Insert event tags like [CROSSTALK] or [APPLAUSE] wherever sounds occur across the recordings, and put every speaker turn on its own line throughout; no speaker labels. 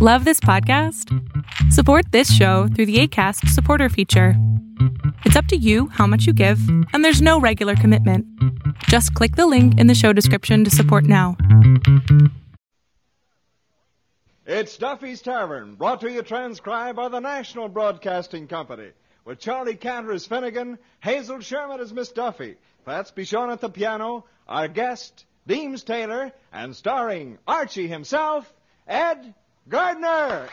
Love this podcast? Support this show through the ACAST supporter feature. It's up to you how much you give, and there's no regular commitment. Just click the link in the show description to support now.
It's Duffy's Tavern, brought to you transcribed by the National Broadcasting Company, with Charlie Cantor as Finnegan, Hazel Sherman as Miss Duffy, Fats Bichon at the piano, our guest, Deems Taylor, and starring Archie himself, Ed Gardner.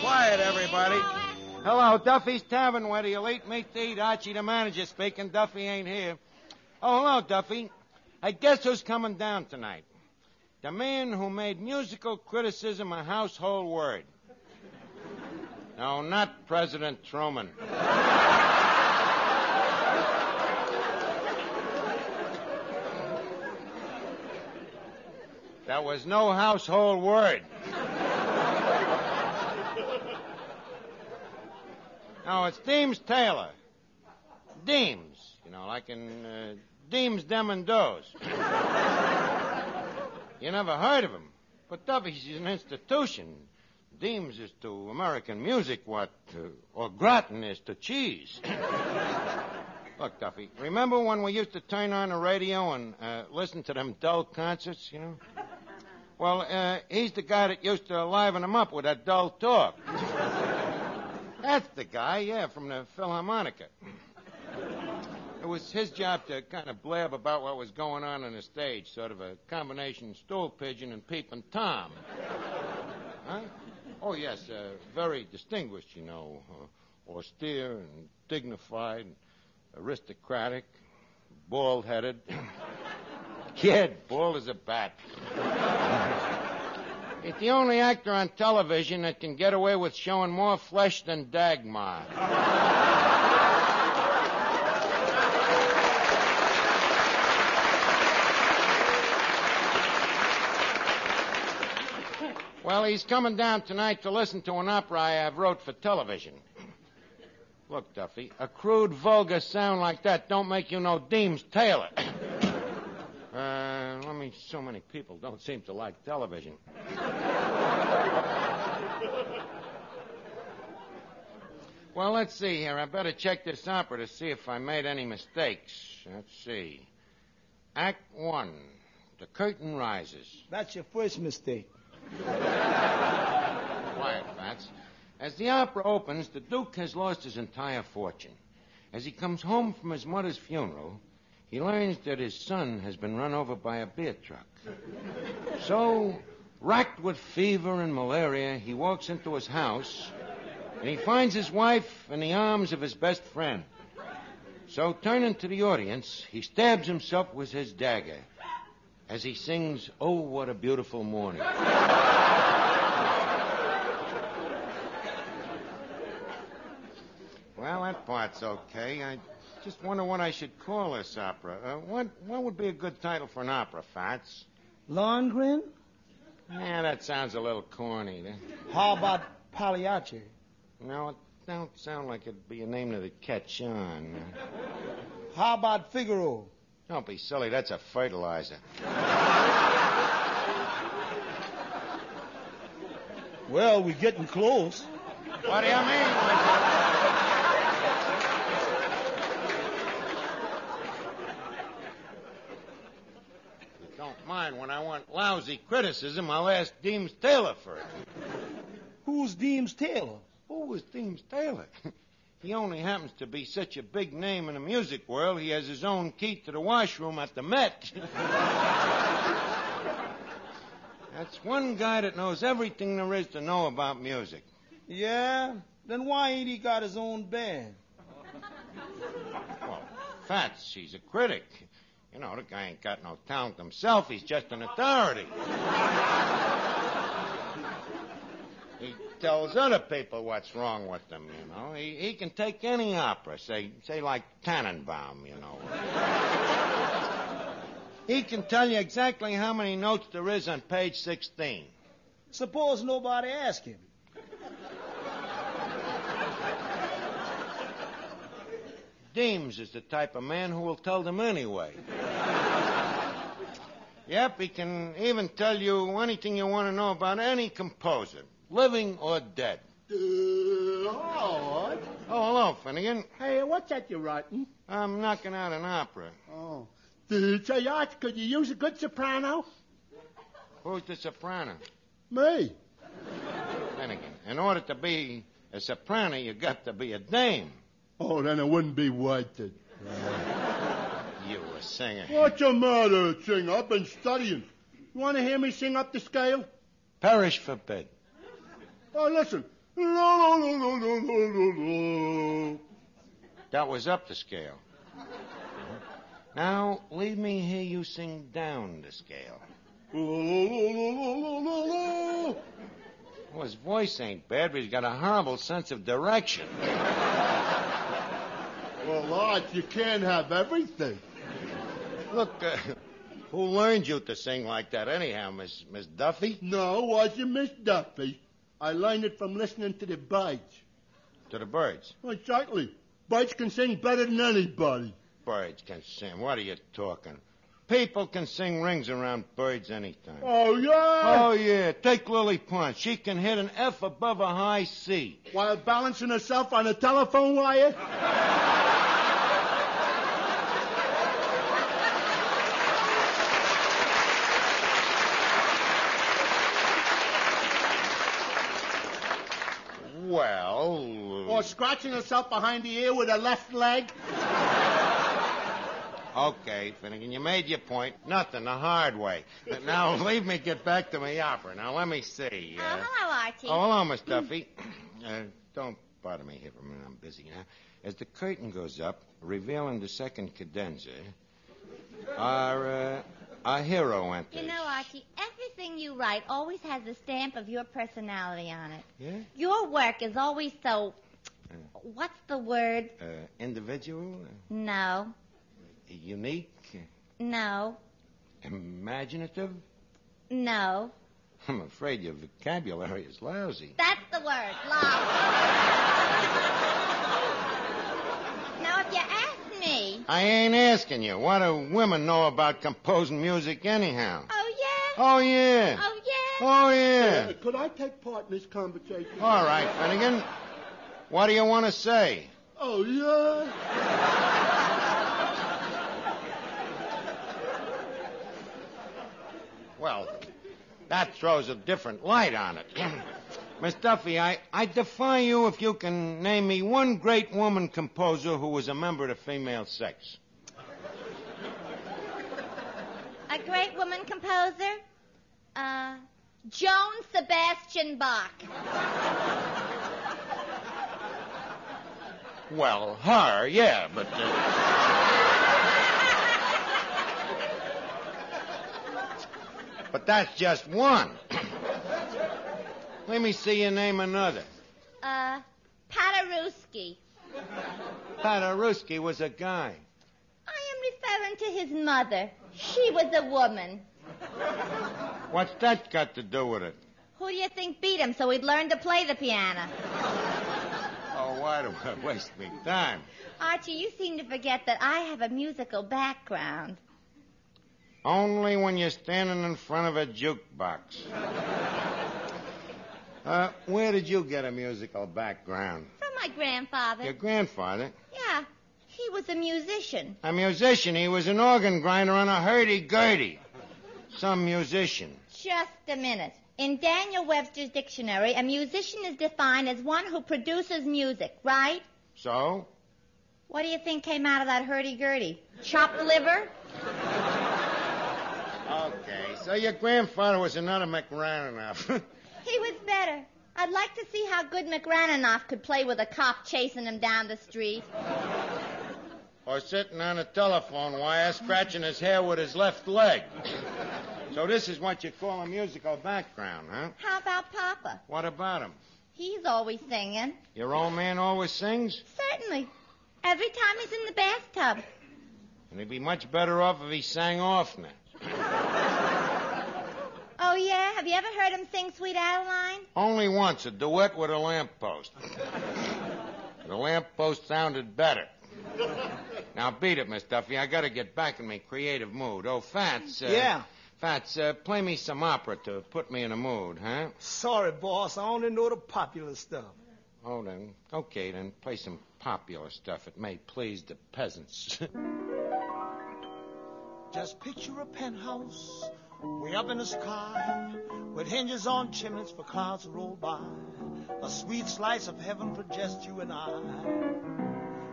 Quiet, everybody. Hello, Duffy's Tavern. Where do you late meet to eat? Archie, the manager, speaking. Duffy ain't here. Oh, hello, Duffy. I guess who's coming down tonight? The man who made musical criticism a household word. No, not President Truman. That was no household word. No, it's Deems Taylor. Deems, you know, like in uh, Deems Dem and Does. you never heard of him, but Duffy's is an institution. Deems is to American music what, uh, or gratin is to cheese. Look, Duffy, remember when we used to turn on the radio and uh, listen to them dull concerts, you know? Well, uh, he's the guy that used to liven them up with that dull talk. That's the guy, yeah, from the Philharmonica. It was his job to kind of blab about what was going on on the stage, sort of a combination stool pigeon and peeping Tom. Huh? Oh, yes, uh, very distinguished, you know, uh, austere and dignified, aristocratic, bald headed. [LAUGHS] Kid, bald as a bat. It's the only actor on television that can get away with showing more flesh than Dagmar. well, he's coming down tonight to listen to an opera I have wrote for television. Look, Duffy, a crude, vulgar sound like that don't make you no Deems Taylor. [COUGHS] uh, I mean, so many people don't seem to like television. Well, let's see here. I better check this opera to see if I made any mistakes. Let's see. Act one. The curtain rises.
That's your first mistake.
Quiet, Fats. As the opera opens, the Duke has lost his entire fortune. As he comes home from his mother's funeral, he learns that his son has been run over by a beer truck. So, racked with fever and malaria, he walks into his house and he finds his wife in the arms of his best friend. So, turning to the audience, he stabs himself with his dagger as he sings, Oh, what a beautiful morning. Well, that part's okay. I just wonder what I should call this opera. Uh, what what would be a good title for an opera, Fats?
Longren?
Yeah, that sounds a little corny. That-
How about Pagliacci?
No, it don't sound like it'd be a name that'd catch on. Uh,
How about Figaro?
Don't be silly. That's a fertilizer.
Well, we're getting close.
What do you mean? If you don't mind when I want lousy criticism, I'll ask Deems Taylor for it.
Who's Deems Taylor?
Who was Deems Taylor? [LAUGHS] he only happens to be such a big name in the music world, he has his own key to the washroom at the Met. [LAUGHS] That's one guy that knows everything there is to know about music.
Yeah? Then why ain't he got his own band?
Well, Fats, he's a critic. You know, the guy ain't got no talent himself. He's just an authority. he tells other people what's wrong with them, you know. He, he can take any opera, say, say like Tannenbaum, you know. he can tell you exactly how many notes there is on page 16.
Suppose nobody asked him.
Deems is the type of man who will tell them anyway. yep, he can even tell you anything you want to know about any composer, living or dead.
Howard.
Oh, hello, Finnegan.
Hey, what's that you're writing?
I'm knocking out an opera.
Oh. Did say, Art, could you use a good soprano?
Who's the soprano?
Me.
Finnegan. In order to be a soprano, you got to be a dame.
Oh, then it wouldn't be wasted.
You a singer.
What's the matter, singer? I've been studying. You want to hear me sing up the scale?
Perish forbid.
Oh, listen. La, la, la, la, la, la, la, la.
That was up the scale. Now, leave me hear you sing down the scale.
La, la, la, la, la, la, la.
Well, his voice ain't bad, but he's got a horrible sense of direction.
Well, Art, you can't have everything.
Look, uh, who learned you to sing like that anyhow, Miss, Miss Duffy?
No, was you, Miss Duffy? I learned it from listening to the birds.
To the birds.
Well, Exactly. Birds can sing better than anybody.
Birds can sing. What are you talking? People can sing rings around birds anytime.
Oh,
Oh,
yeah.
yeah. Take Lily Pond. She can hit an F above a high C.
While balancing herself on a telephone wire?
Well.
Or scratching herself behind the ear with her left leg?
Okay, Finnegan, you made your point. Nothing, the hard way. Now, leave me get back to my opera. Now, let me see.
Oh,
uh,
hello, Archie.
Oh, hello, Miss Duffy. Uh, don't bother me here for a minute. I'm busy now. As the curtain goes up, revealing the second cadenza, our, uh, our hero enters.
You know, Archie, everything you write always has the stamp of your personality on it.
Yeah?
Your work is always so.
Mm.
What's the word?
Uh, individual,
No.
uh, unique,
No.
imaginative.
No.
I'm afraid your vocabulary is lousy.
That's the word,
[LAUGHS]
love. now, if you ask me.
I ain't asking you. What do women know about composing music anyhow?
Oh, yeah.
Oh, yeah.
Oh, yeah.
Oh, yeah.
Uh, Could I take part in this conversation?
All right, Finnegan. What do you want to say?
Oh, yeah.
Well, that throws a different light on it. [CLEARS THROAT] Miss Duffy, I, I defy you if you can name me one great woman composer who was a member of the female sex.
A great woman composer? Uh, Joan Sebastian Bach.
Well, her, yeah, but. Uh... uh, but that's just one. Let me see you name another.
Uh, Paderewski.
Paderewski was a guy.
I am referring to his mother. She was a woman.
What's that got to do with it?
Who do you think beat him so he'd learn to play the piano?
Oh, why do I [LAUGHS] waste me time?
Archie, you seem to forget that I have a musical background.
Only when you're standing in front of a jukebox. Uh, where did you get a musical background?
From my grandfather.
Your grandfather?
Yeah, he was a musician.
A musician. He was an organ grinder on a hurdy-gurdy. Some musician.
Just a minute. In Daniel Webster's dictionary, a musician is defined as one who produces music, right?
So?
What do you think came out of that hurdy-gurdy? Chopped liver?
Okay, so your grandfather was another McRaninoff.
He was better. I'd like to see how good McRaninoff could play with a cop chasing him down the street.
[LAUGHS] or sitting on a telephone wire scratching his hair with his left leg. so this is what you call a musical background, huh?
How about Papa?
What about him?
He's always singing.
Your old man always sings,
Certainly. Every time he's in the bathtub.
and he'd be much better off if he sang oftener.
Oh, yeah? Have you ever heard him sing Sweet Adeline?
Only once, a duet with a lamppost. the lamppost sounded better. Now beat it, Miss Duffy. I gotta get back in my creative mood. Oh, Fats. Uh,
Yeah.
Fats, uh, play me some opera to put me in a mood, huh?
Sorry, boss. I only know the popular stuff.
Oh, then. Okay, then. Play some popular stuff. It may please the peasants. [LAUGHS]
Just picture a penthouse way up in the sky with hinges on chimneys for clouds to roll by. A sweet slice of heaven for just you and I.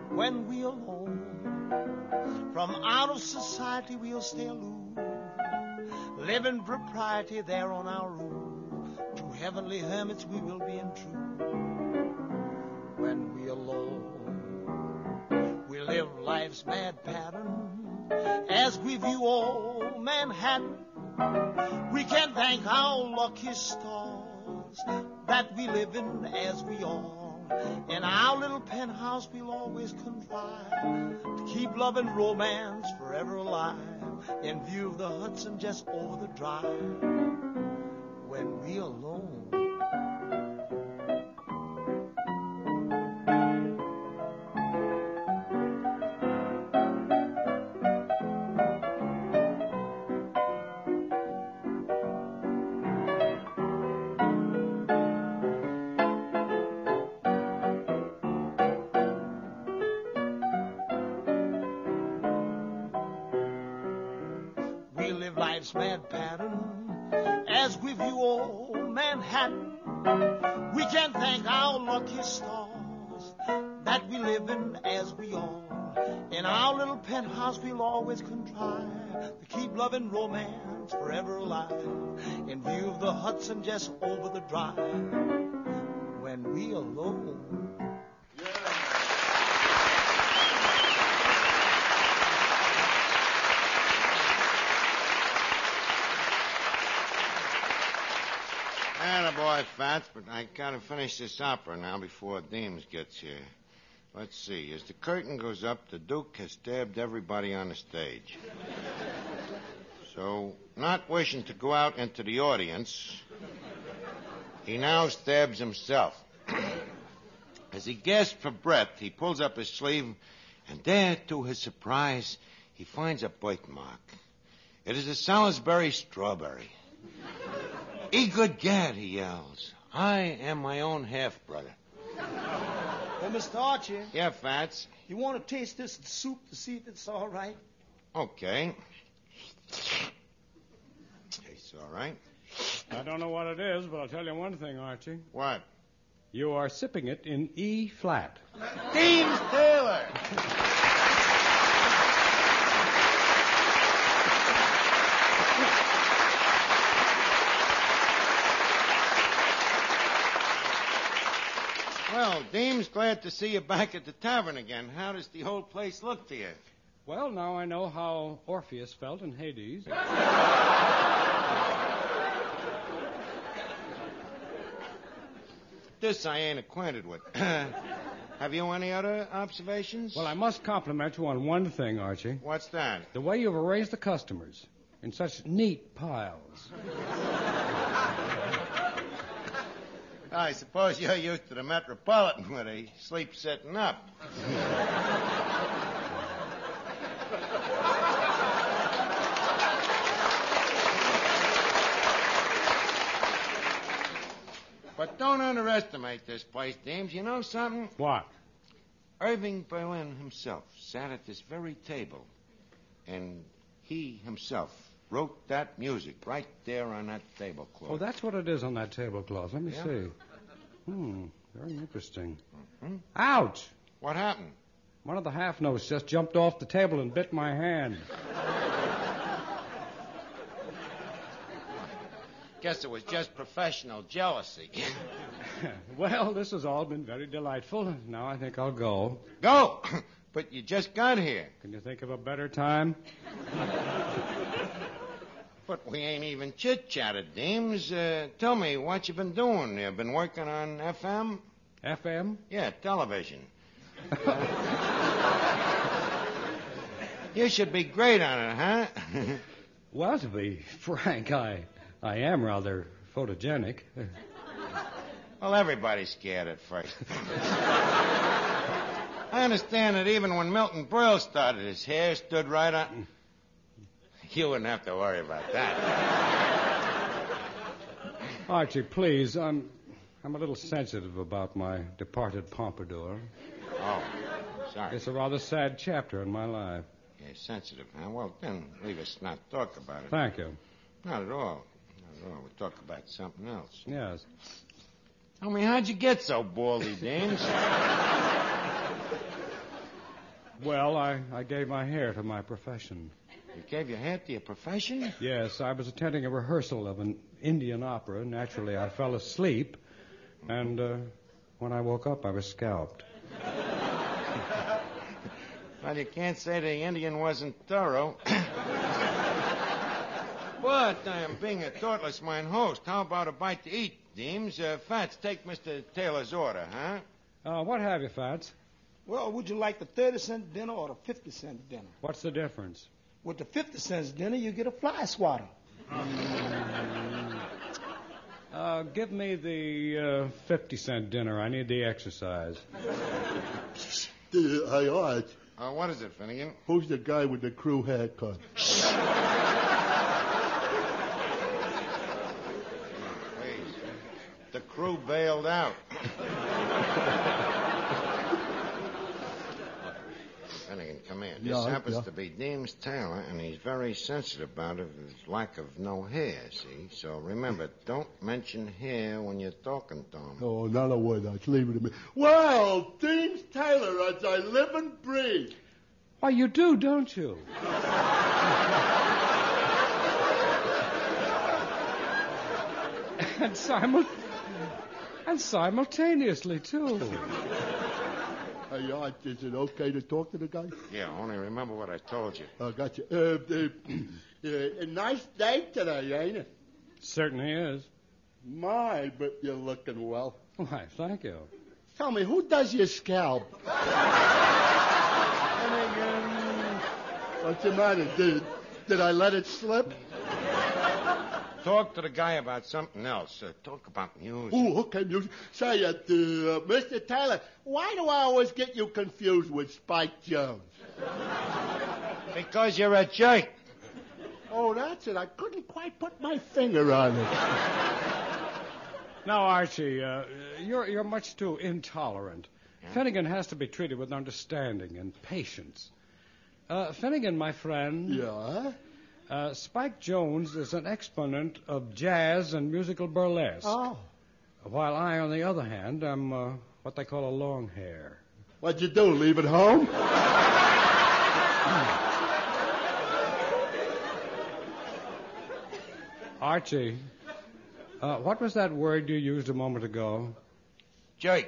When we alone, from out of society we'll stay aloof. Living propriety there on our roof. To heavenly hermits we will be untrue. When we alone, we live life's mad pattern as we view old Manhattan. We can thank our lucky stars that we live in as we are. In our little penthouse, we'll always contrive to keep love and romance forever alive. In view of the Hudson just over the drive, when we alone. We live life's mad pattern as we view old Manhattan. We can thank our lucky stars that we live in as we are. In our little penthouse, we'll always contrive to keep love and romance forever alive. In view of the Hudson just over the drive, when we alone.
boy, Fats, but I gotta finish this opera now before Deems gets here. Let's see. As the curtain goes up, the Duke has stabbed everybody on the stage. so, not wishing to go out into the audience, he now stabs himself. As he gasps for breath, he pulls up his sleeve, and there, to his surprise, he finds a bite mark. It is a Salisbury strawberry. Egad gad, he yells. I am my own half brother.
Well, Mr. Archie,
Yeah, Fats.
you want to taste this soup to see if it's all right?
Okay. Tastes all right.
I don't know what it is, but I'll tell you one thing, Archie.
What?
You are sipping it in E flat.
Deems Taylor! Well, Deems, glad to see you back at the tavern again. How does the whole place look to you?
Well, now I know how Orpheus felt in Hades.
This I ain't acquainted with. [COUGHS] Have you any other observations?
Well, I must compliment you on one thing, Archie.
What's that?
The way you've erased the customers in such neat piles.
I suppose you're used to the Metropolitan where they sleep sitting up. but don't underestimate this place, James. You know something?
What?
Irving Berlin himself sat at this very table, and he himself wrote that music right there on that tablecloth.
Oh, that's what it is on that tablecloth. Let me
Yeah.
see. Hmm, very interesting. Ouch!
What happened?
One of the half notes just jumped off the table and bit my hand.
Guess it was just professional jealousy.
[LAUGHS]
[LAUGHS]
well, this has all been very delightful. Now I think I'll go.
Go! [LAUGHS] but you just got here.
Can you think of a better time?
But we ain't even chit chatted, Deems. Uh, tell me what you been doing. You been working on FM?
FM?
Yeah, television. [LAUGHS] you should be great on it, huh? [LAUGHS]
Well, to be [LAUGHS] frank, I, I am rather photogenic.
well, everybody's scared at first. [LAUGHS] I understand that even when Milton Brill started, his hair stood right on. You wouldn't have to worry about that.
Archie, please, I'm, I'm a little sensitive about my departed pompadour.
Oh, sorry.
It's a rather sad chapter in my life.
You're sensitive, huh? Well, then leave us not talk about it.
Thank you.
Not at all. Not at all. We'll talk about something else.
Yes.
Tell me, how'd you get so baldy, Dames?
Well, I, I gave my hair to my profession.
You gave your hair to your profession?
Yes, I was attending a rehearsal of an Indian opera. Naturally, I fell asleep, and uh, when I woke up, I was scalped.
Well, you can't say the Indian wasn't thorough. [COUGHS] but I am being a thoughtless mine host. How about a bite to eat, Deems? Uh, Fats, take Mr. Taylor's order, huh?
Uh, what have you, Fats?
Well, would you like the 30 cent dinner or the 50 cent dinner?
What's the difference?
With the 50 cents dinner, you get a fly swatter.
Uh, give me the uh, 50 cent dinner. I need the exercise.
Uh, Hey, Art,
Uh, what is it, Finnegan?
who's the guy with the crew haircut?
Please. The crew bailed out.
[LAUGHS]
Finnegan, come here. This
Yeah,
happens
yeah.
to be Deems Taylor, and he's very sensitive about it, his lack of no hair, see? So remember, don't mention hair when you're talking to him.
Oh, not a word, Art. Leave it to me. Well, Dean Taylor, as I live and breathe.
Why, Oh, you do, don't you? [LAUGHS] and, simul- and simultaneously, too.
Hey, Art, is it okay to talk to the guy?
Yeah, only remember what I told you.
I got you. Uh, [CLEARS THROAT] the, uh, a nice day today, ain't it?
Certainly is.
My, but you're looking well.
Why, thank you.
Tell me, who does your scalp? [LAUGHS] What's the matter? Did, did I let it slip?
Talk to the guy about something else. Uh, talk about music.
Ooh, okay, music. Say it, uh, Mr. Taylor. Why do I always get you confused with Spike Jones?
Because you're a jerk.
Oh, that's it. I couldn't quite put my finger on it.
Now, Archie, uh, you're, you're much too intolerant. Finnegan has to be treated with understanding and patience. Uh, Finnegan, my friend,
Yeah?
uh, Spike Jones is an exponent of jazz and musical burlesque.
Oh.
While I, on the other hand, am uh, what they call a long hair.
What'd you do? Leave it home?
Archie, uh, what was that word you used a moment ago?
Jerk.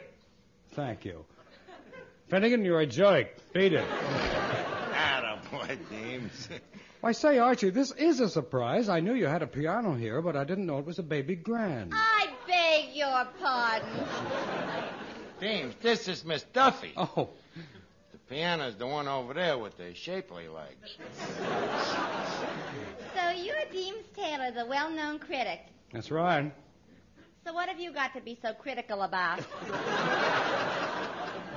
Thank you. Finnegan, you're a jerk. Beat it.
Atta boy, [LAUGHS] James.
Why, say, Archie, this is a surprise. I knew you had a piano here, but I didn't know it was a baby grand.
I beg your pardon.
James, this is Miss Duffy.
Oh,
The piano's the one over there with the shapely legs.
So you're Deems Taylor, the well-known critic.
that's right.
So what have you got to be so critical about?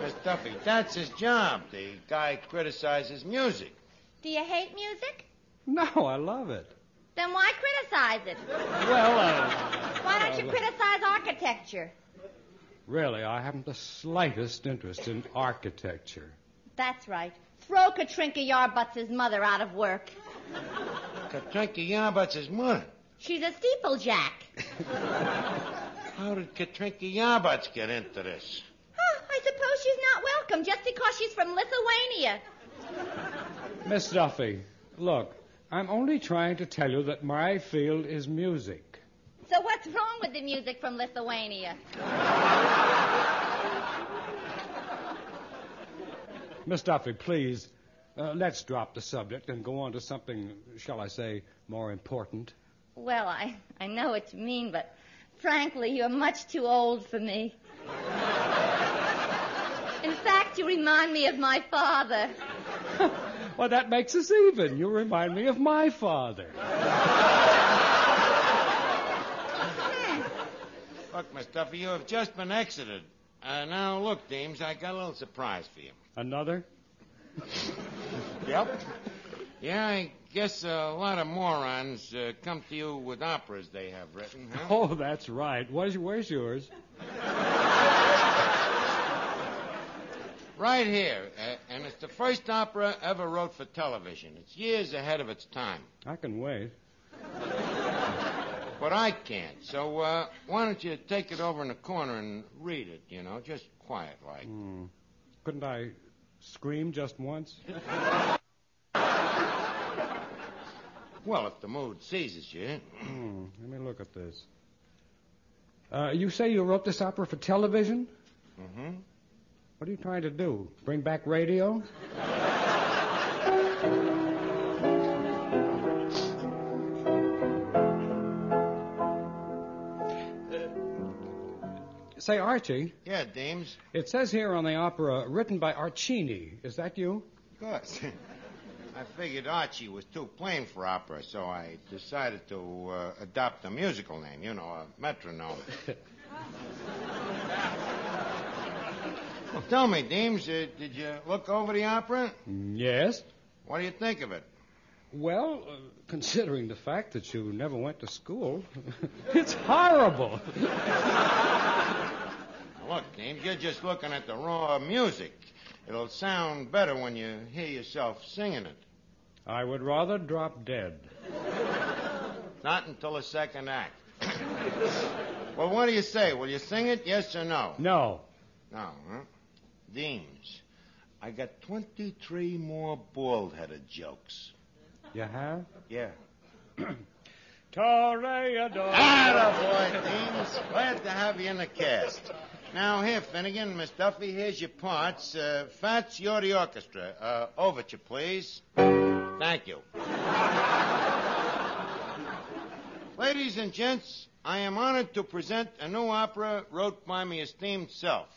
Miss Duffy, that's his job. The guy criticizes music.
Do you hate music?
No, I love it.
Then why criticize it?
Well, uh,
Why don't you criticize architecture?
really, I haven't the slightest interest in architecture.
That's right. Throw Katrinka Yarbutz's mother out of work.
Katrinka Yarbutz's mother.
She's a steeplejack.
How did Katrinka Yarbutz get into this?
Huh, I suppose she's not welcome just because she's from Lithuania.
Miss Duffy, look, I'm only trying to tell you that my field is music.
So what's wrong with the music from Lithuania?
Miss Duffy, please, Uh, let's drop the subject and go on to something, shall I say, more important.
Well, I, I know what you mean, but frankly, you're much too old for me. In fact, you remind me of my father.
Well, that makes us even. You remind me of my father.
Look, Miss Duffy, you have just been exited. Uh, now, look, Deems, I got a little surprise for you.
Another?
Yep. Yeah, I guess a lot of morons uh, come to you with operas they have written, huh?
Oh, that's right. Where's, where's yours?
Right here. Uh, and it's the first opera ever wrote for television. It's years ahead of its time.
I can wait.
But I can't. So uh, why don't you take it over in the corner and read it, you know, just quiet like.
Couldn't I scream just once?
Well, if the mood seizes you.
Hmm, let me look at this. Uh, you say you wrote this opera for television?
Mm-hmm.
What are you trying to do? Bring back radio? Uh, Say, Archie,
Yeah, Deems.
it says here on the opera written by Archini. Is that you?
Of course. [LAUGHS] I figured Archie was too plain for opera, so I decided to uh, adopt a musical name, you know, a metronome. well, tell me, Deems, uh, did you look over the opera?
Yes.
What do you think of it?
Well, uh, considering the fact that you never went to school, [LAUGHS] it's horrible.
Look, Deems, you're just looking at the raw music. It'll sound better when you hear yourself singing it.
I would rather drop dead.
Not until the second act. well, what do you say? Will you sing it, yes or no?
No.
No, huh? Deems, I got 23 more bald headed jokes.
You have?
Yeah.
Toreador.
Attaboy, Deems. Glad to have you in the cast. Now, here, Finnegan, Miss Duffy, here's your parts. Uh, Fats, you're the orchestra. Uh, overture, please. Thank you. Ladies and gents, I am honored to present a new opera wrote by my esteemed self.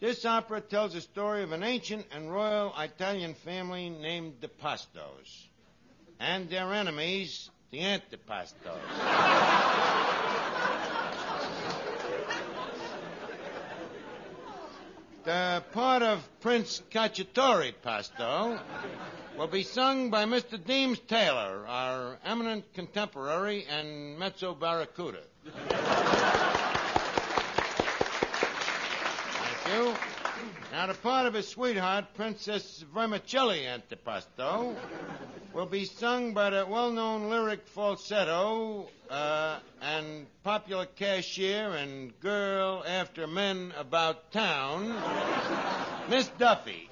This opera tells the story of an ancient and royal Italian family named the Pastos and their enemies, the Antipastos. the part of Prince Cacciatore Pasto will be sung by Mr. Deems Taylor, our eminent contemporary and mezzo barracuda. Thank you. Now, the part of his sweetheart, Princess Vermicelli Antipasto, will be sung by the well known lyric falsetto uh, and popular cashier and girl after men about town, Miss Duffy.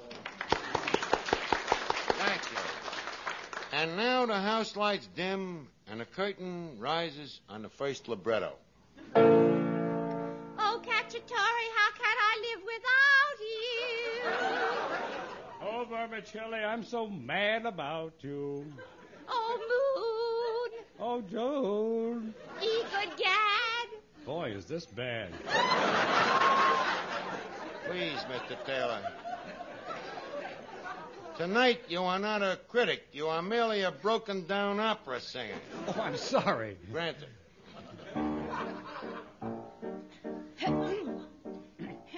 Thank you. And now the house lights dim and a curtain rises on the first libretto.
Oh, Cacciatore, how can I live without you?
Oh, Vermicelli, I'm so mad about you.
Oh, moon,
Oh, Joan.
ye good gad.
Boy, is this bad.
Please, Mr. Taylor. Tonight, you are not a critic. You are merely a broken down opera singer.
Oh, I'm sorry.
Granted.
[CLEARS THROAT]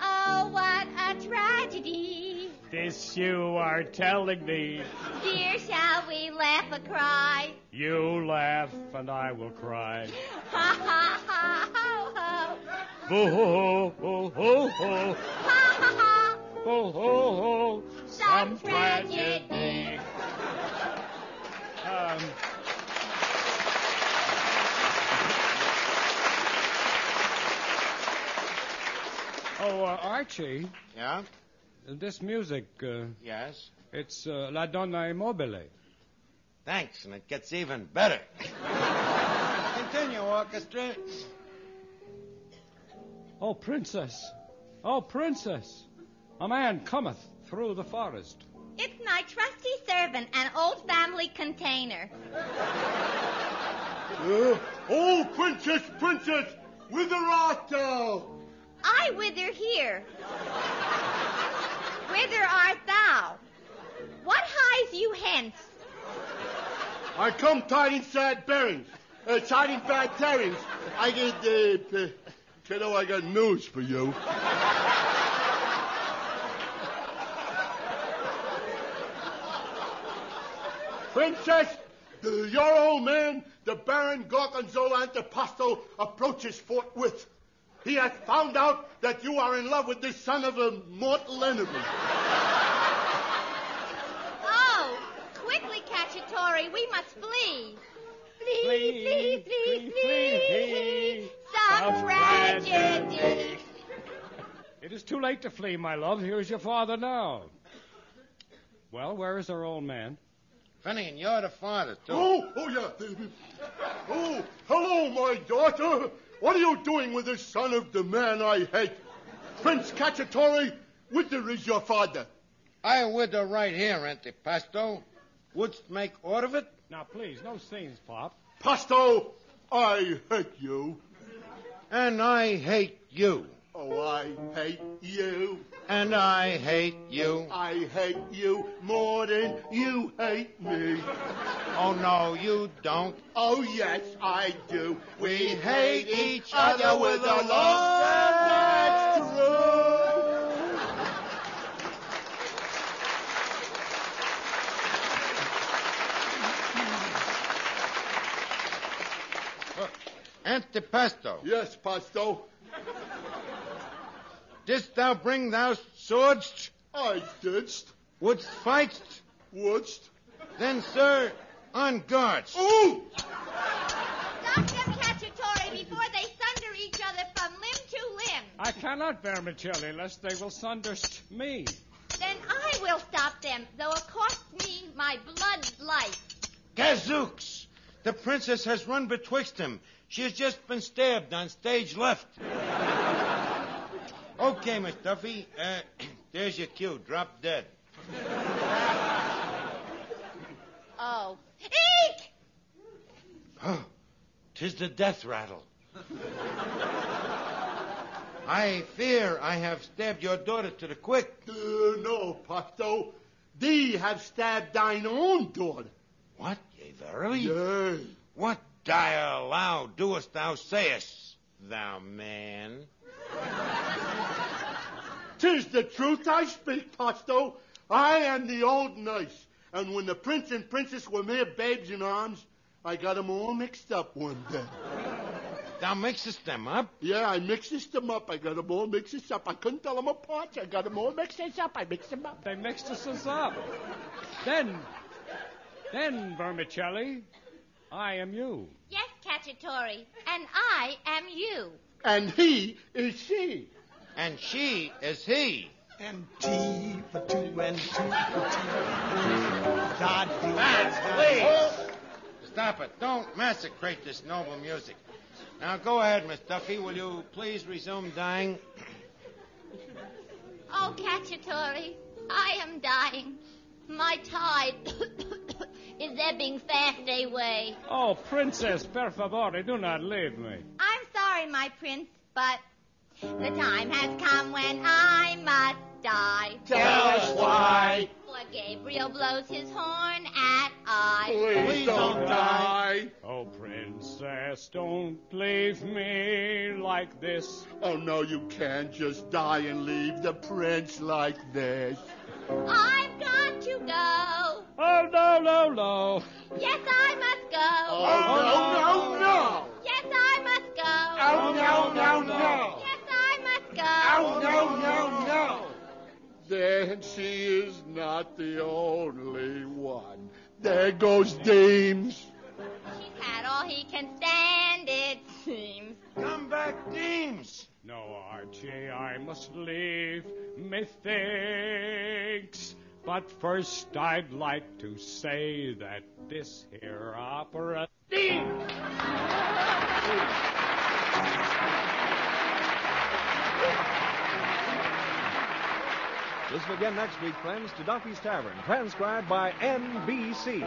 Oh, what a tragedy.
This you are telling me.
Dear, shall we laugh or cry?
You laugh and I will cry.
Ha ha ha ho ho.
Boo hoo hoo hoo hoo
Ha ha
hoo hoo hoo.
ha. Some tragedy.
Um, oh, uh, Archie,
Yeah?
this music, uh,
Yes?
it's uh, La Donna Immobile.
Thanks, and it gets even better. Continue, orchestra.
Oh, princess. Oh, princess. A man cometh through the forest.
It's my trusty servant, an old family container.
Uh, oh, princess, princess, whither art thou?
I wither here. Whither art thou? What hies you hence?
I come tight inside bearings, uh, tight inside bearings. I get, uh, p- kiddo, I got news for you. Princess, the, your old man, the Baron Gorgonzola Antipasto, approaches forthwith. He has found out that you are in love with the son of a mortal enemy.
Oh, quickly, Cacciatore, we must flee. Flee,
Flee,
flee, flee,
flee,
flee.
flee.
Some
Some
tragedy.
It is too late to flee, my love. Here is your father now. Well, where is our old man?
Finnegan, you're the father, too.
Oh, oh yeah. [LAUGHS] Oh, hello, my daughter. What are you doing with the son of the man I hate? Prince Cacciatore, whither is your father?
I wither right here, Antipasto. Wouldst make aught of it?
Now, please, no scenes, Pop.
Pasto, I hate you.
And I hate you.
Oh, I hate you.
And I hate you.
I hate you more than you hate me.
Oh, no, you don't.
Oh, yes, I do.
We hate each other with a love [LAUGHS]
that's true.
Antipasto,
Yes, Pasto,
didst thou bring thou swords?
I didst,
Wouldst fight?
wouldst.
Then, sir, on guards.
Ooh!
Stop them, Cacciatore, before they sunder each other from limb to limb.
I cannot bear Michele lest they will sunder st- me.
Then I will stop them, though it costs me my blood life.
Gazooks! The princess has run betwixt them. She has just been stabbed on stage left. okay, Miss Duffy. Uh, [CLEARS THROAT] there's your cue. Drop dead.
Oh. Eek!
Tis the death rattle. I fear I have stabbed your daughter to the quick.
Uh, no, Pasto. Thee have stabbed thine own daughter.
What, yea, verily?
Yea.
What dire allow doest thou sayest, thou man?
Tis the truth I speak, Pasto. I am the old nurse, and when the prince and princess were mere babes in arms, I got 'em all mixed up one day.
Thou mixest them up?
Yeah, I mixed them up. I got 'em all mixed up. I couldn't tell 'em apart. I got 'em all mixed up. I mixed 'em up.
They mixed us us up. Then, then, Vermicelli, I am you.
Yes, Cacciatore, and I am you.
And he is she.
And she is he.
And T for two and two for two. God, you
Max,
God.
please. Stop it. Don't massacrate this noble music. Now go ahead, Miss Duffy. Will you please resume dying?
Oh, Cacciatore, I am dying. My tide [COUGHS] is ebbing fast away.
Oh, Princess, per favore, do not leave me.
I'm sorry, my prince, but the time has come when I must die.
Tell us why.
For Gabriel blows his horn at I.
Please don't die.
Oh, Princess, don't leave me like this.
Oh, no, you can't just die and leave the prince like this.
I've got to go.
Oh, no, no, no.
Yes, I must go.
Oh, no, no, no.
Yes, I must go.
Oh, no, no, no.
Yes, I must go.
no, no, no. Then she is not the only one. There goes Deems.
He's had all he can stand, it seems.
Come back, Deems.
No, Archie, I must leave, methinks. But first, I'd like to say that this here opera. Listen again next week, friends, to Duffy's Tavern, transcribed by NBC.